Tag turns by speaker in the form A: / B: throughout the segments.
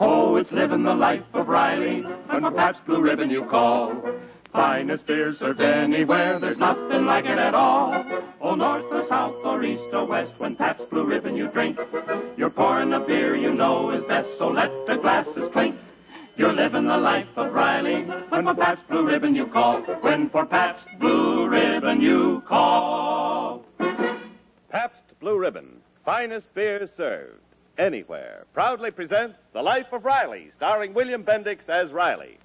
A: it's living the life of Riley under Pat's Blue Ribbon you call. Finest beer served anywhere, there's nothing like it at all. Oh, north or south or east or west, when Pat's Blue Ribbon you drink, you're pouring a beer you know is best, so let the glasses clink. You're living the life of Riley when for Pat's Blue Ribbon you call. When for Pat's Blue Ribbon you call.
B: Pabst Blue Ribbon, finest beer served anywhere, proudly presents The Life of Riley, starring William Bendix as Riley.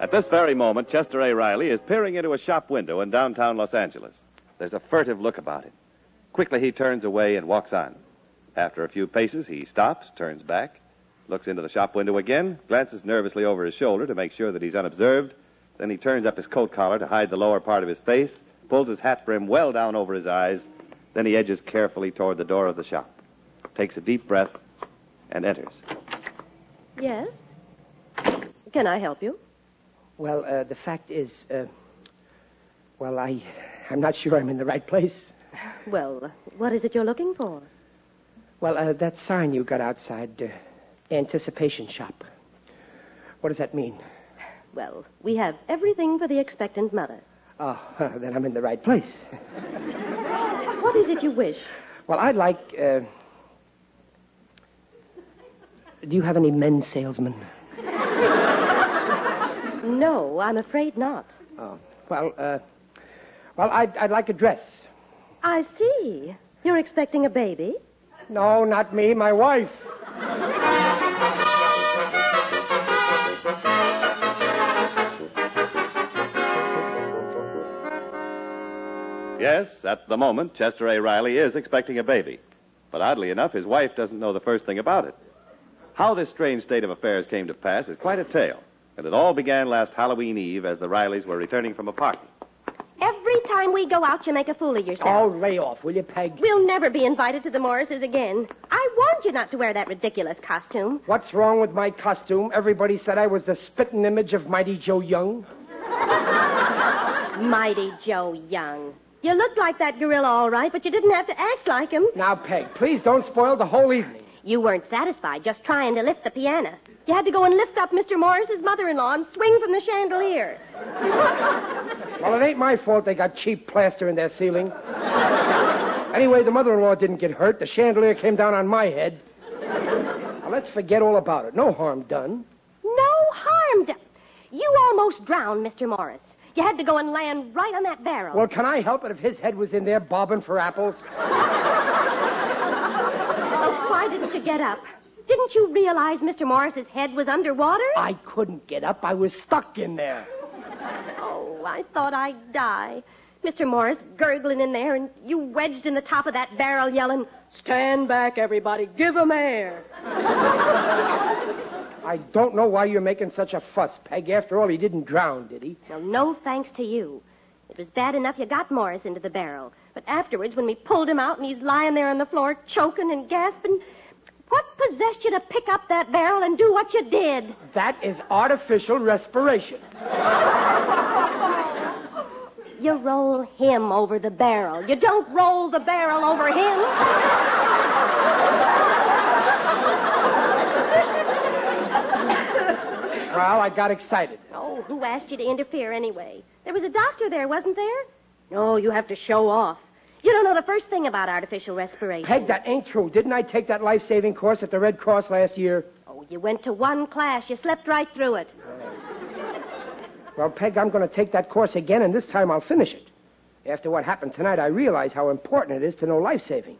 B: At this very moment, Chester A. Riley is peering into a shop window in downtown Los Angeles. There's a furtive look about him. Quickly, he turns away and walks on. After a few paces, he stops, turns back, looks into the shop window again, glances nervously over his shoulder to make sure that he's unobserved. Then he turns up his coat collar to hide the lower part of his face, pulls his hat brim well down over his eyes. Then he edges carefully toward the door of the shop, takes a deep breath, and enters.
C: Yes? Can I help you?
D: Well, uh, the fact is, uh, well, I, I'm not sure I'm in the right place.
C: Well, what is it you're looking for?
D: Well, uh, that sign you got outside, uh, anticipation shop. What does that mean?
C: Well, we have everything for the expectant mother.
D: Oh, then I'm in the right place.
C: What is it you wish?
D: Well, I'd like. Uh, do you have any men salesmen?
C: No, I'm afraid not.
D: Oh, well, uh, well, I'd, I'd like a dress.
C: I see. You're expecting a baby?
D: No, not me, my wife.
B: Yes, at the moment, Chester A. Riley is expecting a baby. But oddly enough, his wife doesn't know the first thing about it. How this strange state of affairs came to pass is quite a tale. And it all began last Halloween Eve as the Rileys were returning from a party.
E: Every time we go out, you make a fool of yourself.
D: Oh, lay off, will you, Peg?
E: We'll never be invited to the Morrises again. I warned you not to wear that ridiculous costume.
D: What's wrong with my costume? Everybody said I was the spitting image of Mighty Joe Young.
E: Mighty Joe Young. You looked like that gorilla all right, but you didn't have to act like him.
D: Now, Peg, please don't spoil the whole evening.
E: You weren't satisfied just trying to lift the piano. You had to go and lift up Mr. Morris's mother-in-law and swing from the chandelier.
D: Well, it ain't my fault they got cheap plaster in their ceiling. anyway, the mother in law didn't get hurt. The chandelier came down on my head. Now, let's forget all about it. No harm done.
E: No harm done. You almost drowned, Mr. Morris. You had to go and land right on that barrel.
D: Well, can I help it if his head was in there bobbing for apples?
E: Oh, why didn't you get up? Didn't you realize Mr. Morris's head was underwater?
D: I couldn't get up. I was stuck in there.
E: Oh, I thought I'd die. Mr. Morris gurgling in there, and you wedged in the top of that barrel yelling, Stand back, everybody. Give 'em air.
D: I don't know why you're making such a fuss, Peg. After all, he didn't drown, did he?
E: Well, no thanks to you. It was bad enough you got Morris into the barrel. But afterwards, when we pulled him out and he's lying there on the floor choking and gasping, what possessed you to pick up that barrel and do what you did?
D: That is artificial respiration.
E: You roll him over the barrel. You don't roll the barrel over him.
D: Well, I got excited.
E: Oh, who asked you to interfere anyway? There was a doctor there, wasn't there? No, Oh, you have to show off. You don't know the first thing about artificial respiration.
D: Peg, that ain't true. Didn't I take that life saving course at the Red Cross last year?
E: Oh, you went to one class. You slept right through it.
D: Well, Peg, I'm going to take that course again, and this time I'll finish it. After what happened tonight, I realize how important it is to know life saving.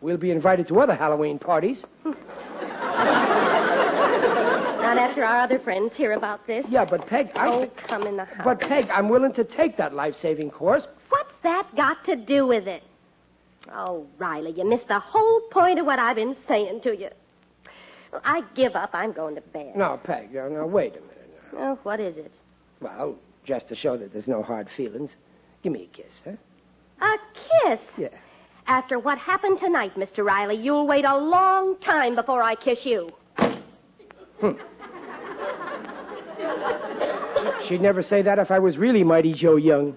D: We'll be invited to other Halloween parties.
E: Not after our other friends hear about this.
D: Yeah, but Peg, I.
E: Oh, come in the house.
D: But Peg, I'm willing to take that life saving course.
E: What's that got to do with it? Oh, Riley, you missed the whole point of what I've been saying to you. Well, I give up. I'm going to bed.
D: No, Peg, now, now wait a minute.
E: Oh, what is it?
D: Well, just to show that there's no hard feelings, give me a kiss, huh?
E: A kiss.
D: Yeah.
E: Uh, After what happened tonight, Mr. Riley, you'll wait a long time before I kiss you.
D: She'd never say that if I was really Mighty Joe Young.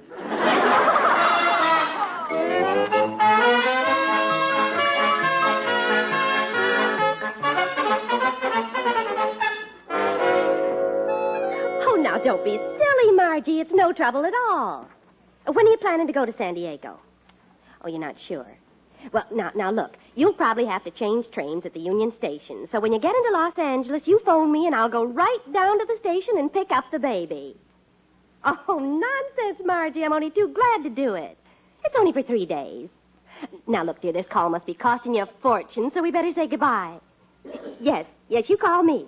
E: Oh, now don't be silly, Margie. It's no trouble at all. When are you planning to go to San Diego? Oh, you're not sure. Well, now, now look. You'll probably have to change trains at the Union Station. So when you get into Los Angeles, you phone me, and I'll go right down to the station and pick up the baby. Oh, nonsense, Margie. I'm only too glad to do it. It's only for three days. Now look, dear. This call must be costing you a fortune, so we better say goodbye. Yes, yes. You call me.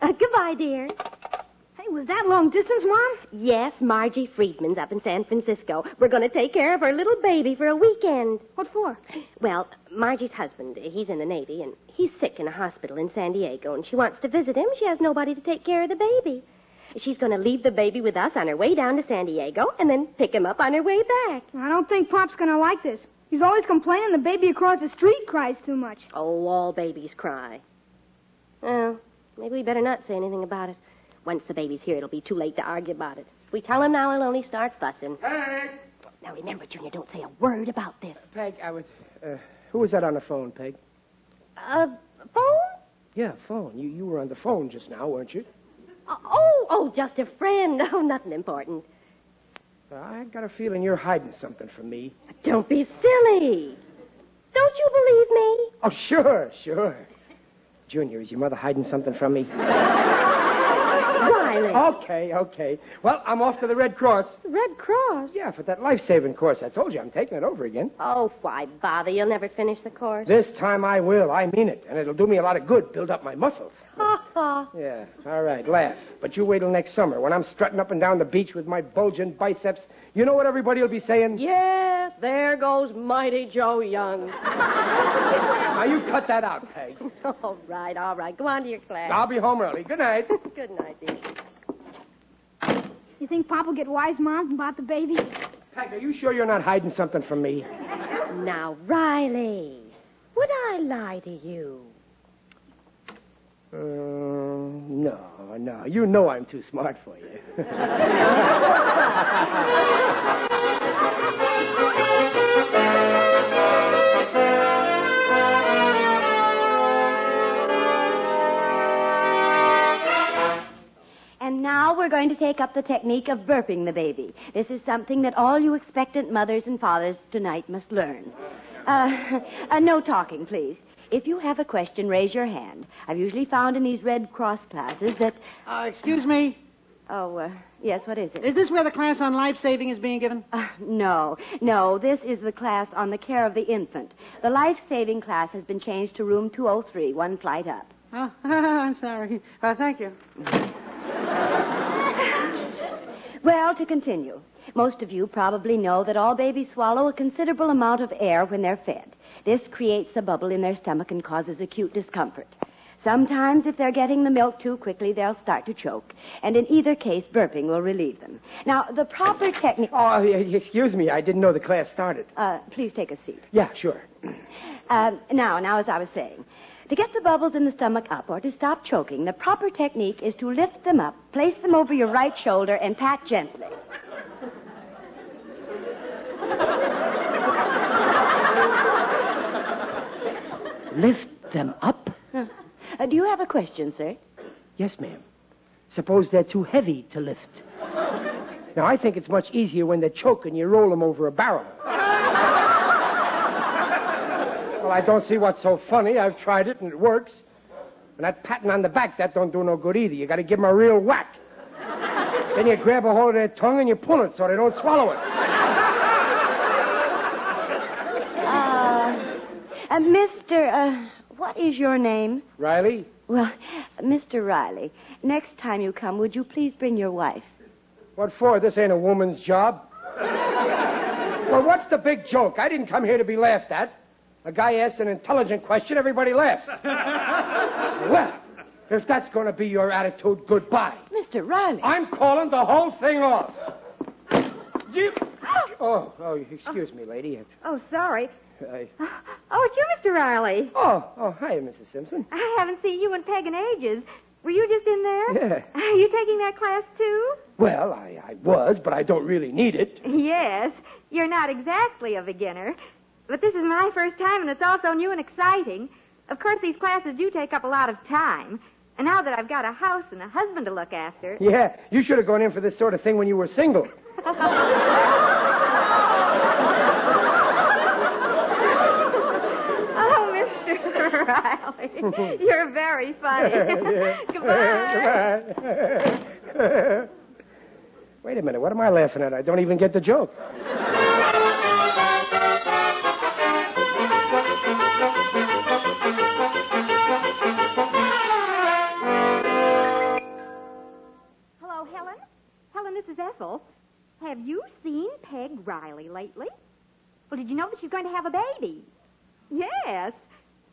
E: Uh, goodbye, dear. Hey, was that long distance, Mom? Yes, Margie Friedman's up in San Francisco. We're going to take care of her little baby for a weekend. What for? Well, Margie's husband, he's in the Navy, and he's sick in a hospital in San Diego, and she wants to visit him. She has nobody to take care of the baby. She's going to leave the baby with us on her way down to San Diego and then pick him up on her way back.
F: I don't think Pop's gonna like this. He's always complaining the baby across the street cries too much.
E: Oh, all babies cry. Well, maybe we better not say anything about it. Once the baby's here, it'll be too late to argue about it. If we tell him now, he'll only start fussing.
D: Peg!
E: Now remember, Junior, don't say a word about this.
D: Peg, I was. Uh, who was that on the phone, Peg?
E: Uh, phone?
D: Yeah, phone. You, you were on the phone just now, weren't you?
E: Oh, oh, just a friend. Oh, nothing important.
D: I got a feeling you're hiding something from me.
E: Don't be silly. Don't you believe me?
D: Oh, sure, sure. Junior, is your mother hiding something from me?
E: Riley.
D: Okay, okay. Well, I'm off to the Red Cross.
F: The Red Cross?
D: Yeah, for that life saving course. I told you I'm taking it over again.
E: Oh, why bother? You'll never finish the course.
D: This time I will. I mean it. And it'll do me a lot of good, build up my muscles.
E: Ha ha.
D: Yeah, all right, laugh. But you wait till next summer when I'm strutting up and down the beach with my bulging biceps. You know what everybody will be saying?
E: Yeah, there goes Mighty Joe Young.
D: Now, you cut that out, Peg.
E: all right, all right. Go on to your class.
D: I'll be home early. Good night.
E: Good night, dear.
F: You think Pop will get wise, Mom, about the baby?
D: Peg, are you sure you're not hiding something from me?
E: Now, Riley, would I lie to you?
D: Uh, no, no. You know I'm too smart for you.
G: And now we're going to take up the technique of burping the baby. This is something that all you expectant mothers and fathers tonight must learn. Uh, uh, no talking, please. If you have a question, raise your hand. I've usually found in these Red Cross classes that.
H: Uh, excuse me,
G: Oh, uh, yes, what is it?
H: is this where the class on life saving is being given?
G: Uh, no, no, this is the class on the care of the infant. The life saving class has been changed to room 203, one flight up.
H: Oh, I'm sorry. Uh, thank you.
G: Well, to continue, most of you probably know that all babies swallow a considerable amount of air when they're fed. This creates a bubble in their stomach and causes acute discomfort. Sometimes, if they're getting the milk too quickly, they'll start to choke, and in either case, burping will relieve them. Now, the proper technique.
D: Oh, e- excuse me. I didn't know the class started.
G: Uh, please take a seat.
D: Yeah, sure.
G: Um, now, now, as I was saying, to get the bubbles in the stomach up or to stop choking, the proper technique is to lift them up, place them over your right shoulder, and pat gently.
D: Lift them up?
G: Uh, do you have a question, sir?
D: Yes, ma'am. Suppose they're too heavy to lift. Now, I think it's much easier when they're choking, you roll them over a barrel. well, I don't see what's so funny. I've tried it and it works. And that patting on the back, that don't do no good either. You gotta give 'em a real whack. then you grab a hold of their tongue and you pull it so they don't swallow it.
G: Uh, Mr. Uh, what is your name?
D: Riley?
G: Well, Mr. Riley, next time you come, would you please bring your wife?
D: What for? This ain't a woman's job. well, what's the big joke? I didn't come here to be laughed at. A guy asks an intelligent question, everybody laughs. well, if that's going to be your attitude, goodbye.
G: Mr. Riley.
D: I'm calling the whole thing off. You... Oh, oh, excuse me, lady.
F: Oh, sorry.
D: I...
F: Oh, it's you, Mr. Riley.
D: Oh, oh, hi, Mrs. Simpson.
F: I haven't seen you and Peg in ages.
I: Were you just in there?
D: Yeah.
I: Are you taking that class too?
D: Well, I, I was, but I don't really need it.
I: Yes. You're not exactly a beginner, but this is my first time, and it's also new and exciting. Of course, these classes do take up a lot of time. And now that I've got a house and a husband to look after,
D: Yeah, you should have gone in for this sort of thing when you were single.
I: Uh. Oh, Mr. Riley, you're very funny. Goodbye.
D: Goodbye. Wait a minute, what am I laughing at? I don't even get the joke.
I: Hello, Helen. Helen, this is Ethel. Have you seen Peg Riley lately? Well, did you know that she's going to have a baby? Yes.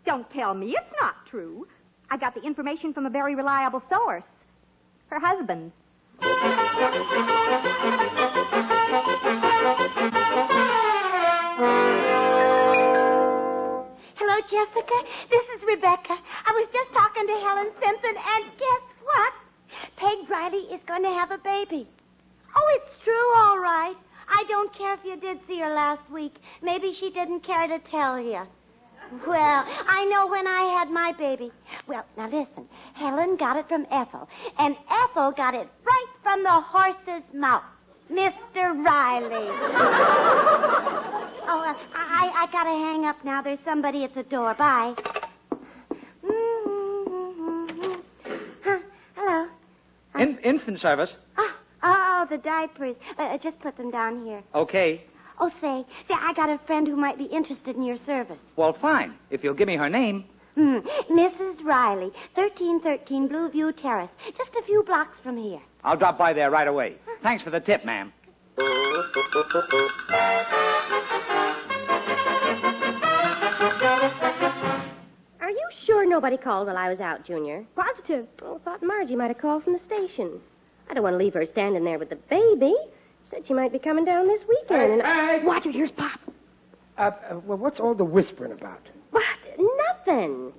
I: Don't tell me it's not true. I got the information from a very reliable source. Her husband.
J: Hello, Jessica. This is Rebecca. I was just talking to Helen Simpson, and guess what? Peg Riley is going to have a baby. Oh, it's true, all right. I don't care if you did see her last week. Maybe she didn't care to tell you. Well, I know when I had my baby. Well, now listen. Helen got it from Ethel, and Ethel got it right from the horse's mouth. Mr. Riley. oh, uh, I, I gotta hang up now. There's somebody at the door. Bye. Mm-hmm. Huh, hello.
K: In- infant service.
J: Oh, oh, the diapers. Uh, uh, just put them down here.
K: Okay.
J: Oh, say, say, I got a friend who might be interested in your service.
K: Well, fine. If you'll give me her name.
J: Hmm. Mrs. Riley, 1313 Blue View Terrace, just a few blocks from here.
K: I'll drop by there right away. Thanks for the tip, ma'am.
E: Are you sure nobody called while I was out, Junior? Positive. Well, I thought Margie might have called from the station. I don't want to leave her standing there with the baby. Said she might be coming down this weekend. and I... Watch it, here's Pop.
D: Uh, uh, well, what's all the whispering about?
E: What? Nothing.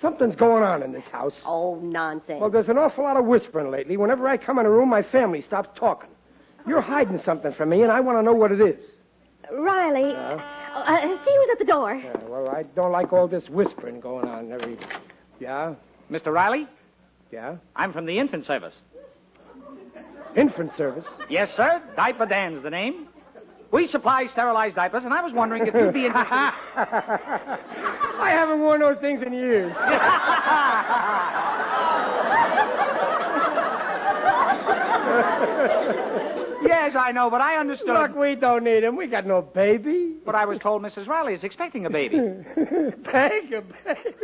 D: Something's going on in this house.
E: Oh, nonsense.
D: Well, there's an awful lot of whispering lately. Whenever I come in a room, my family stops talking. You're hiding something from me, and I want to know what it is.
E: Riley. Oh, uh, see who's at the door.
D: Yeah, well, I don't like all this whispering going on every. Yeah,
K: Mr. Riley,
D: yeah.
K: I'm from the infant service.
D: Infant service.
K: Yes, sir. Diaper Dan's the name. We supply sterilized diapers, and I was wondering if you'd be interested.
D: I haven't worn those things in years.
K: yes, I know, but I understood.
D: Look, we don't need them. We got no baby.
K: But I was told Mrs. Riley is expecting a baby.
D: Thank you, baby.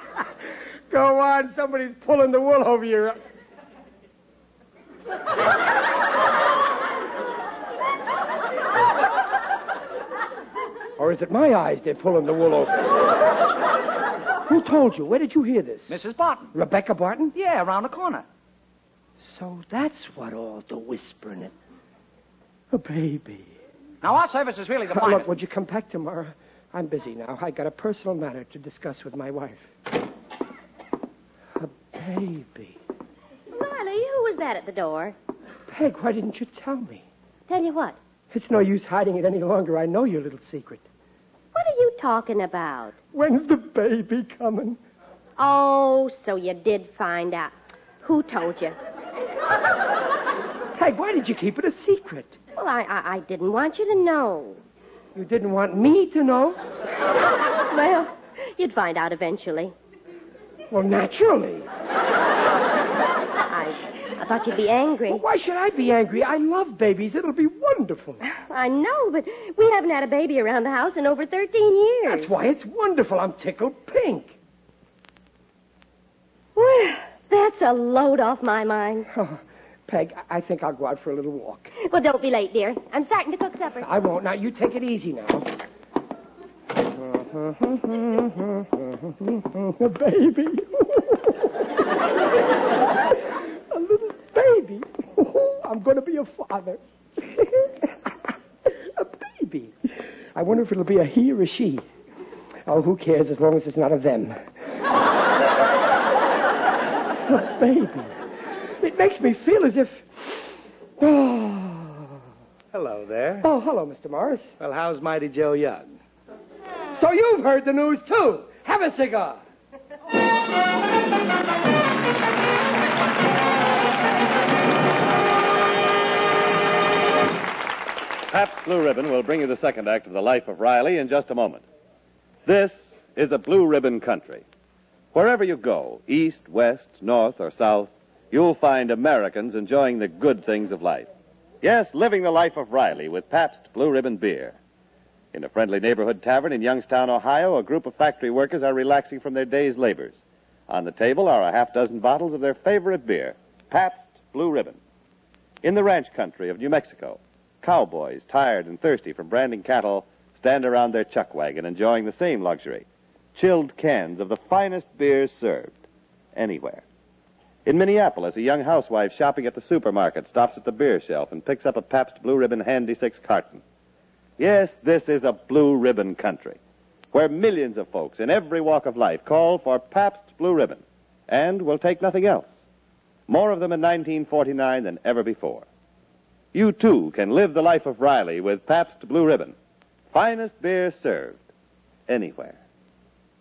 D: Go on, somebody's pulling the wool over your. or is it my eyes they're pulling the wool over? Who told you? Where did you hear this?
K: Mrs. Barton.
D: Rebecca Barton?
K: Yeah, around the corner.
D: So that's what all the whispering is. A baby.
K: Now, our service is really the
D: Uh,
K: finest.
D: Look, would you come back tomorrow? I'm busy now. I got a personal matter to discuss with my wife. A baby.
E: Riley, who was that at the door?
D: Peg, why didn't you tell me?
E: Tell you what.
D: It's no use hiding it any longer. I know your little secret.
E: What are you talking about?
D: When's the baby coming?
E: Oh, so you did find out. Who told you?
D: Peg, why did you keep it a secret?
E: Well, I, I, I didn't want you to know.
D: You didn't want me to know?
E: Well, you'd find out eventually.
D: Well, naturally.
E: I, I thought you'd be angry.
D: Why should I be angry? I love babies. It'll be wonderful.
E: I know, but we haven't had a baby around the house in over 13 years.
D: That's why it's wonderful. I'm tickled pink.
E: Well, that's a load off my mind.
D: Oh, Peg, I- I think I'll go out for a little walk.
E: Well, don't be late, dear. I'm starting to cook supper.
D: I won't. Now, you take it easy now. baby. a little baby. I'm going to be a father. a baby. I wonder if it'll be a he or a she. Oh, who cares as long as it's not a them. a baby. It makes me feel as if. Oh,
L: Hello there.
D: oh hello, Mr. Morris.
L: Well, how's Mighty Joe Young?
D: So you've heard the news, too. Have a cigar.
B: Pabst Blue Ribbon will bring you the second act of The Life of Riley in just a moment. This is a blue ribbon country. Wherever you go, east, west, north, or south, you'll find Americans enjoying the good things of life. Yes, living the life of Riley with Pabst Blue Ribbon beer. In a friendly neighborhood tavern in Youngstown, Ohio, a group of factory workers are relaxing from their day's labors. On the table are a half dozen bottles of their favorite beer, Pabst Blue Ribbon. In the ranch country of New Mexico, cowboys, tired and thirsty from branding cattle, stand around their chuck wagon enjoying the same luxury chilled cans of the finest beers served anywhere. In Minneapolis, a young housewife shopping at the supermarket stops at the beer shelf and picks up a Pabst Blue Ribbon Handy Six carton. Yes, this is a blue ribbon country where millions of folks in every walk of life call for Pabst Blue Ribbon and will take nothing else. More of them in 1949 than ever before. You too can live the life of Riley with Pabst Blue Ribbon. Finest beer served anywhere.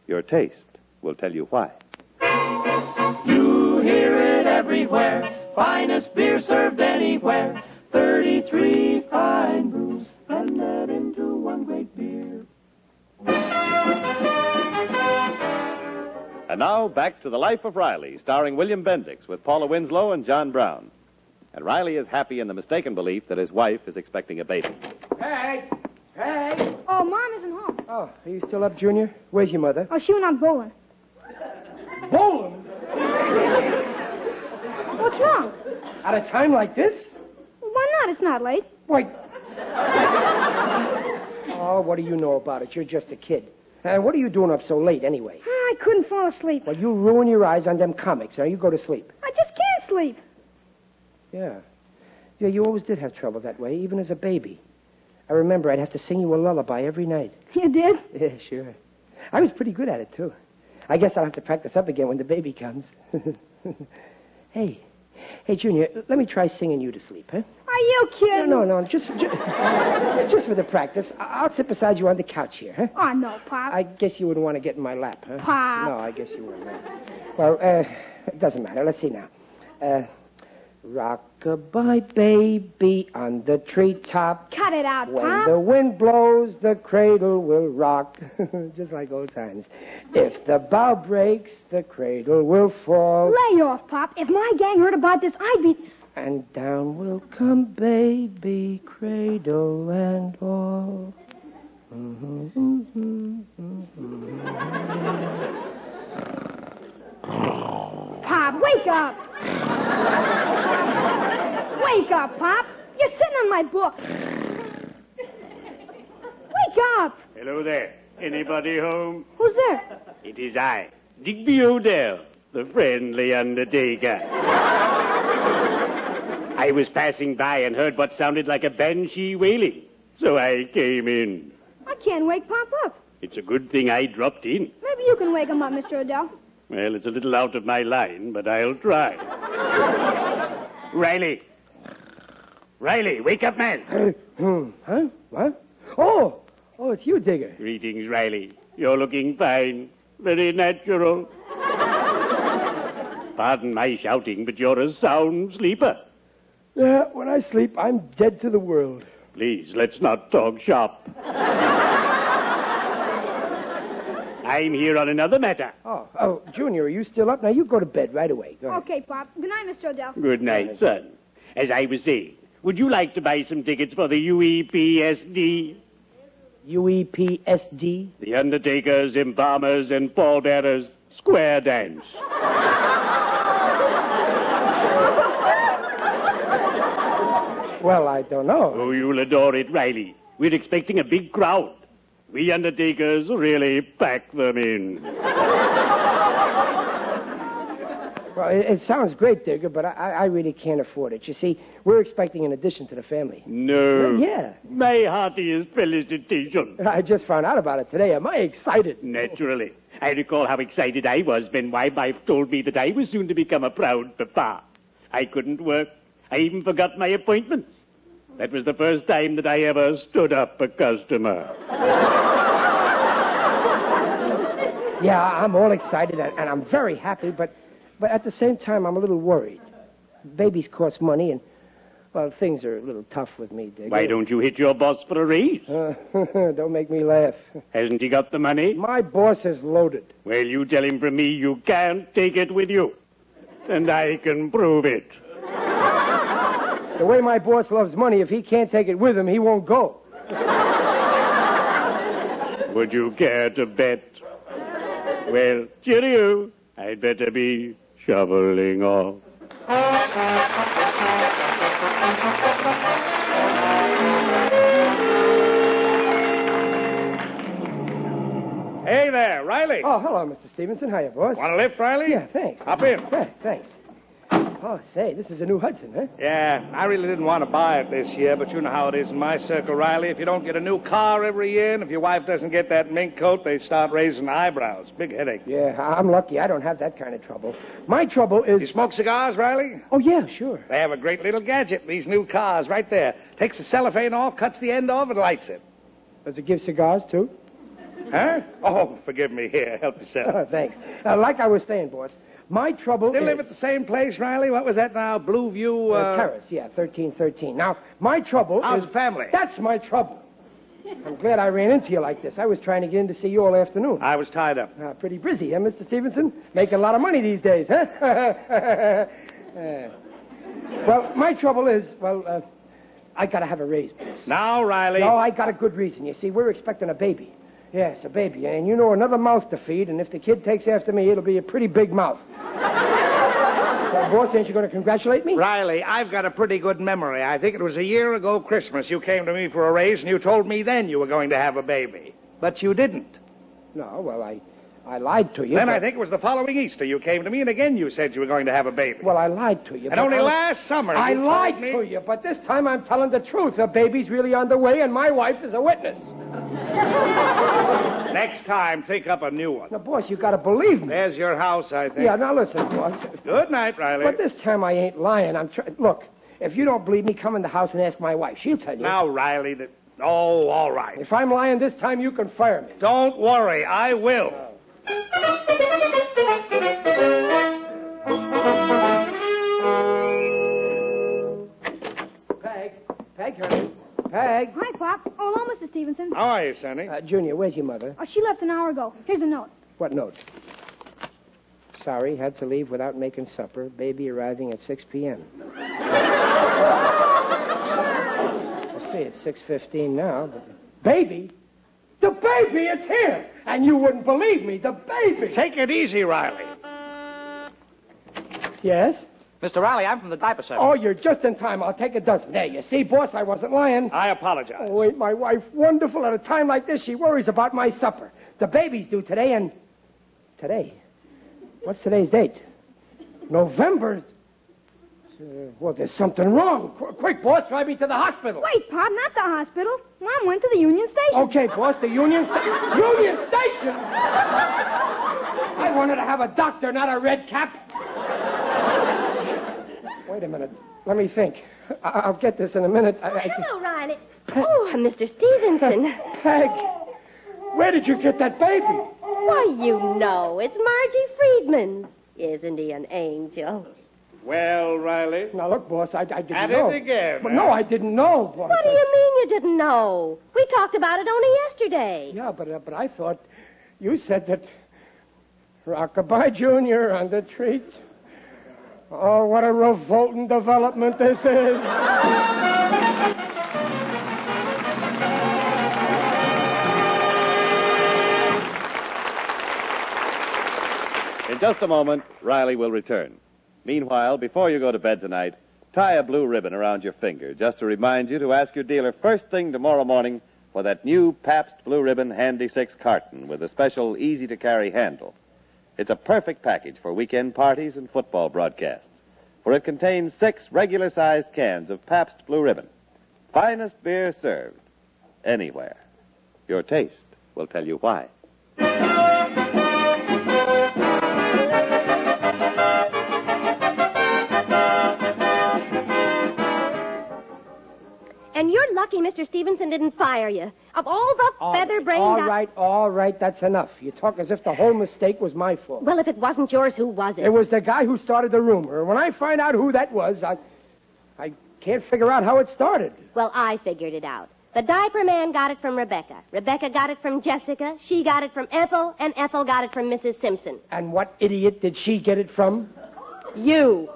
B: Your taste will tell you why.
A: You hear it everywhere. Finest beer served anywhere. 33 fine brews blended into one great beer.
B: And now back to The Life of Riley, starring William Bendix with Paula Winslow and John Brown. And Riley is happy in the mistaken belief that his wife is expecting a baby.
D: Hey! Hey!
F: Oh, Mom isn't home.
D: Oh. Are you still up, Junior? Where's your mother?
F: Oh, she went out bowling.
D: Bowling? Oh.
F: What's wrong?
D: At a time like this?
F: Why not? It's not late.
D: Wait. Oh, what do you know about it? You're just a kid. And what are you doing up so late anyway?
F: Ah, I couldn't fall asleep.
D: Well, you ruin your eyes on them comics. Now you go to sleep.
F: I just can't sleep.
D: Yeah. Yeah, you always did have trouble that way, even as a baby. I remember I'd have to sing you a lullaby every night.
F: You did?
D: Yeah, sure. I was pretty good at it, too. I guess I'll have to practice up again when the baby comes. hey, hey, Junior, let me try singing you to sleep, huh?
F: Are you kidding?
D: No, no, no, just, just, just for the practice. I- I'll sit beside you on the couch here, huh?
F: Oh, no, Pop.
D: I guess you wouldn't want to get in my lap, huh?
F: Pop.
D: No, I guess you wouldn't. Well, uh, it doesn't matter. Let's see now. Uh, rockabye baby on the treetop.
F: Cut it out,
D: When
F: Pop.
D: the wind blows, the cradle will rock, just like old times. If the bough breaks, the cradle will fall,
F: Lay off, Pop. If my gang heard about this, I'd be.
D: and down will come baby, cradle and all. Mhm, mhm, mhm.
F: Pop, wake up. wake up, Pop. You're sitting on my book. wake up.
M: Hello there. Anybody home?
F: Who's there?
M: It is I, Digby Odell, the friendly undertaker. I was passing by and heard what sounded like a banshee wailing, so I came in.
F: I can't wake Pop up.
M: It's a good thing I dropped in.
F: Maybe you can wake him up, Mr. Odell.
M: Well, it's a little out of my line, but I'll try. Riley. Riley, wake up, man.
D: Hmm, huh? What? Oh, oh, it's you, Digger.
M: Greetings, Riley. You're looking fine. Very natural. Pardon my shouting, but you're a sound sleeper.
D: Yeah, when I sleep, I'm dead to the world.
M: Please, let's not talk shop. I'm here on another matter.
D: Oh, oh, Junior, are you still up? Now you go to bed right away. Go ahead.
F: Okay, Pop. Good night, Mr. Odell.
M: Good night, son. As I was saying, would you like to buy some tickets for the E UEPSD?
D: UEPSD?
M: The Undertakers, Embalmers, and Paul Darrers Square Dance.
D: Well, I don't know.
M: Oh, you'll adore it, Riley. We're expecting a big crowd. We Undertakers really pack them in.
D: Well, it, it sounds great, Digger, but I, I I really can't afford it. You see, we're expecting an addition to the family.
M: No.
D: Well, yeah.
M: My heartiest felicitations.
D: I just found out about it today. Am I excited?
M: Naturally. I recall how excited I was when my wife told me that I was soon to become a proud papa. I couldn't work. I even forgot my appointments. That was the first time that I ever stood up a customer.
D: Yeah, I'm all excited and, and I'm very happy, but but at the same time I'm a little worried. Babies cost money and well, things are a little tough with me, Dick.
M: Why don't you hit your boss for a raise?
D: Uh, don't make me laugh.
M: Hasn't he got the money?
D: My boss is loaded.
M: Well, you tell him from me you can't take it with you. And I can prove it.
D: The way my boss loves money, if he can't take it with him, he won't go.
M: Would you care to bet? Well, cheerio. I'd better be shoveling off. Hey there, Riley.
D: Oh, hello, Mr. Stevenson. Hiya, boss.
M: Want a lift, Riley?
D: Yeah, thanks.
M: Hop in.
D: Yeah, thanks. Oh, say, this is a new Hudson, huh?
N: Yeah, I really didn't want to buy it this year, but you know how it is in my circle, Riley. If you don't get a new car every year, and if your wife doesn't get that mink coat, they start raising eyebrows. Big headache.
D: Yeah, I- I'm lucky. I don't have that kind of trouble. My trouble is.
N: You smoke cigars, Riley?
D: Oh, yeah, sure.
N: They have a great little gadget, these new cars, right there. Takes the cellophane off, cuts the end off, and lights it.
D: Does it give cigars, too?
N: Huh? Oh, forgive me. Here, help yourself.
D: Oh, thanks. Uh, like I was saying, boss, my trouble
N: Still
D: is.
N: live at the same place, Riley? What was that now? Blue View,
D: Uh,
N: uh...
D: Terrace, yeah, 1313. Now, my trouble
N: How's
D: is.
N: the family?
D: That's my trouble. I'm glad I ran into you like this. I was trying to get in to see you all afternoon.
N: I was tied up.
D: Uh, pretty busy, huh, Mr. Stevenson? Making a lot of money these days, huh? Uh, well, my trouble is, well, uh, I gotta have a raise, boss.
N: Now, Riley.
D: No, I got a good reason. You see, we're expecting a baby. Yes, a baby. And you know another mouth to feed, and if the kid takes after me, it'll be a pretty big mouth. well, boss, ain't you gonna congratulate me?
N: Riley, I've got a pretty good memory. I think it was a year ago Christmas you came to me for a raise, and you told me then you were going to have a baby. But you didn't.
D: No, well, I, I lied to you.
N: then
D: but-
N: I think it was the following Easter you came to me, and again you said you were going to have a baby.
D: Well, I lied to you.
N: and
D: but
N: only
D: I-
N: last summer
D: I
N: you told
D: lied
N: me-
D: to you, but this time I'm telling the truth. The baby's really on the way, and my wife is a witness.
N: Next time, think up a new one.
D: Now, boss, you gotta believe me.
N: There's your house, I think.
D: Yeah, now listen, boss.
N: Good night, Riley.
D: But this time I ain't lying. I'm trying. Look, if you don't believe me, come in the house and ask my wife. She'll tell you.
N: Now, Riley, that. Oh, all right.
D: If I'm lying this time, you can fire me. Oh.
N: Don't worry, I will.
D: Peg, Peg, honey. Peg.
F: Hi, Pop. Oh, hello, Mr. Stevenson.
N: How are you, Sonny?
D: Uh, Junior, where's your mother?
F: Oh, she left an hour ago. Here's a note.
D: What note? Sorry, had to leave without making supper. Baby arriving at 6 p.m. I see it's 6.15 now, but... Baby? The baby is here! And you wouldn't believe me, the baby!
N: Take it easy, Riley.
D: Yes?
K: Mr. Riley, I'm from the diaper service.
D: Oh, you're just in time. I'll take a dozen. There, you see, boss, I wasn't lying.
N: I apologize.
D: Oh, ain't my wife wonderful? At a time like this, she worries about my supper. The baby's due today, and today. What's today's date? November. Uh, well, there's something wrong. Qu- quick, boss, drive me to the hospital.
F: Wait, Pop, not the hospital. Mom went to the Union Station.
D: Okay, boss, the Union Sta- Union Station. I wanted to have a doctor, not a red cap. Wait a minute. Let me think. I- I'll get this in a minute. I- I-
E: Hello, Riley. Oh, Mr. Stevenson.
D: Peg, where did you get that baby?
E: Why, you know, it's Margie Friedman. Isn't he an angel?
N: Well, Riley.
D: Now look, boss, I, I didn't
N: At it
D: know.
N: again,
D: But
N: huh?
D: no, I didn't know, boss.
E: What do you mean you didn't know? We talked about it only yesterday.
D: Yeah, but uh, but I thought you said that Rockabye Junior on the treat. Oh, what a revolting development this is!
B: In just a moment, Riley will return. Meanwhile, before you go to bed tonight, tie a blue ribbon around your finger just to remind you to ask your dealer first thing tomorrow morning for that new Pabst Blue Ribbon Handy Six carton with a special easy to carry handle. It's a perfect package for weekend parties and football broadcasts, for it contains six regular sized cans of Pabst Blue Ribbon. Finest beer served anywhere. Your taste will tell you why.
E: And you're lucky Mr. Stevenson didn't fire you. Of all the feather brains.
D: All right, all right, that's enough. You talk as if the whole mistake was my fault.
E: Well, if it wasn't yours, who was it?
D: It was the guy who started the rumor. When I find out who that was, I, I can't figure out how it started.
E: Well, I figured it out. The diaper man got it from Rebecca. Rebecca got it from Jessica. She got it from Ethel, and Ethel got it from Mrs. Simpson.
D: And what idiot did she get it from?
E: You.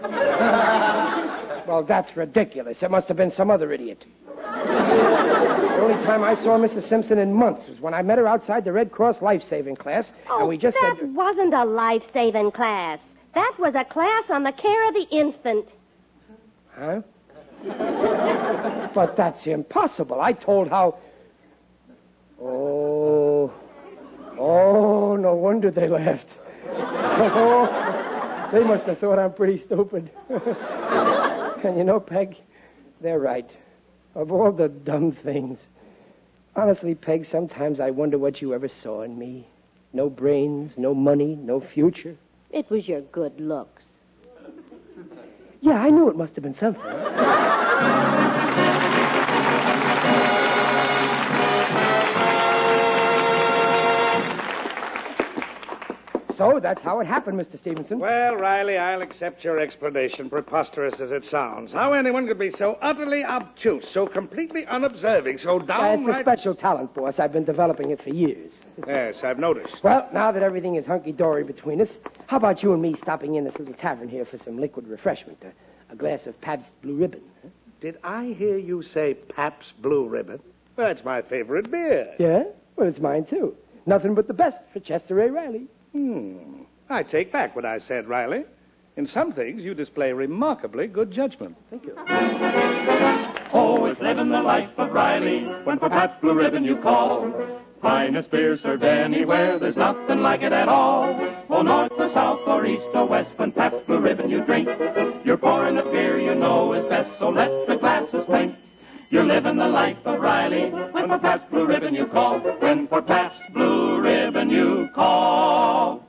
D: Well, that's ridiculous. It must have been some other idiot. the only time I saw Mrs. Simpson in months was when I met her outside the Red Cross life saving class, and we just
E: Oh, that
D: said.
E: wasn't a life saving class. That was a class on the care of the infant.
D: Huh? but that's impossible. I told how. Oh. Oh, no wonder they laughed. oh, they must have thought I'm pretty stupid. and you know, Peg, they're right. Of all the dumb things. Honestly, Peg, sometimes I wonder what you ever saw in me. No brains, no money, no future.
E: It was your good looks.
D: Yeah, I knew it must have been something. So that's how it happened, Mr. Stevenson.
N: Well, Riley, I'll accept your explanation, preposterous as it sounds. How anyone could be so utterly obtuse, so completely unobserving, so
D: Uh, it's
N: downright...
D: a special talent, boss. I've been developing it for years.
N: Yes, I've noticed.
D: Well, now that everything is hunky dory between us, how about you and me stopping in this little tavern here for some liquid refreshment? A, a glass of Pabst Blue Ribbon.
N: Did I hear you say Pabst Blue Ribbon? That's my favorite beer.
D: Yeah? Well, it's mine, too. Nothing but the best for Chester A. Riley.
N: Hmm. I take back what I said, Riley. In some things, you display remarkably good judgment. Thank you.
A: Oh, it's living the life of Riley when for Pabst Blue Ribbon you call. Finest beer served anywhere, there's nothing like it at all. Oh, north or south or east or west, when Pabst Blue Ribbon you drink, you're pouring the beer you know is best, so let the glasses clink. You're living the life of Riley when for Pabst Blue Ribbon you call. When for Pabst Blue Ribbon you call.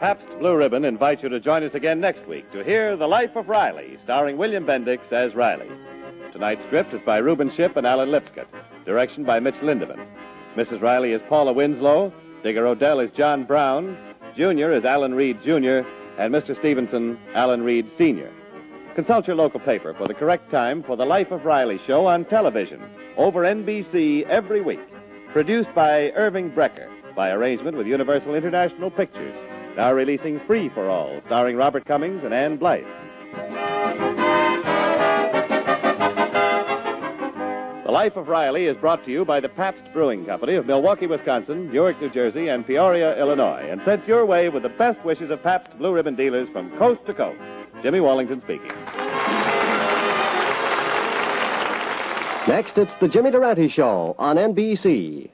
B: Pabst Blue Ribbon invites you to join us again next week to hear The Life of Riley, starring William Bendix as Riley. Tonight's script is by Reuben Ship and Alan Lipscott, direction by Mitch Lindeman. Mrs. Riley is Paula Winslow, Digger Odell is John Brown, Junior is Alan Reed Jr., and Mr. Stevenson, Alan Reed Sr. Consult your local paper for the correct time for The Life of Riley show on television over NBC every week. Produced by Irving Brecker by arrangement with Universal International Pictures. Now releasing Free for All, starring Robert Cummings and Anne Blythe. The Life of Riley is brought to you by the Pabst Brewing Company of Milwaukee, Wisconsin, Newark, New Jersey, and Peoria, Illinois, and sent your way with the best wishes of Pabst Blue Ribbon dealers from coast to coast. Jimmy Wallington speaking.
O: Next, it's The Jimmy Durante Show on NBC.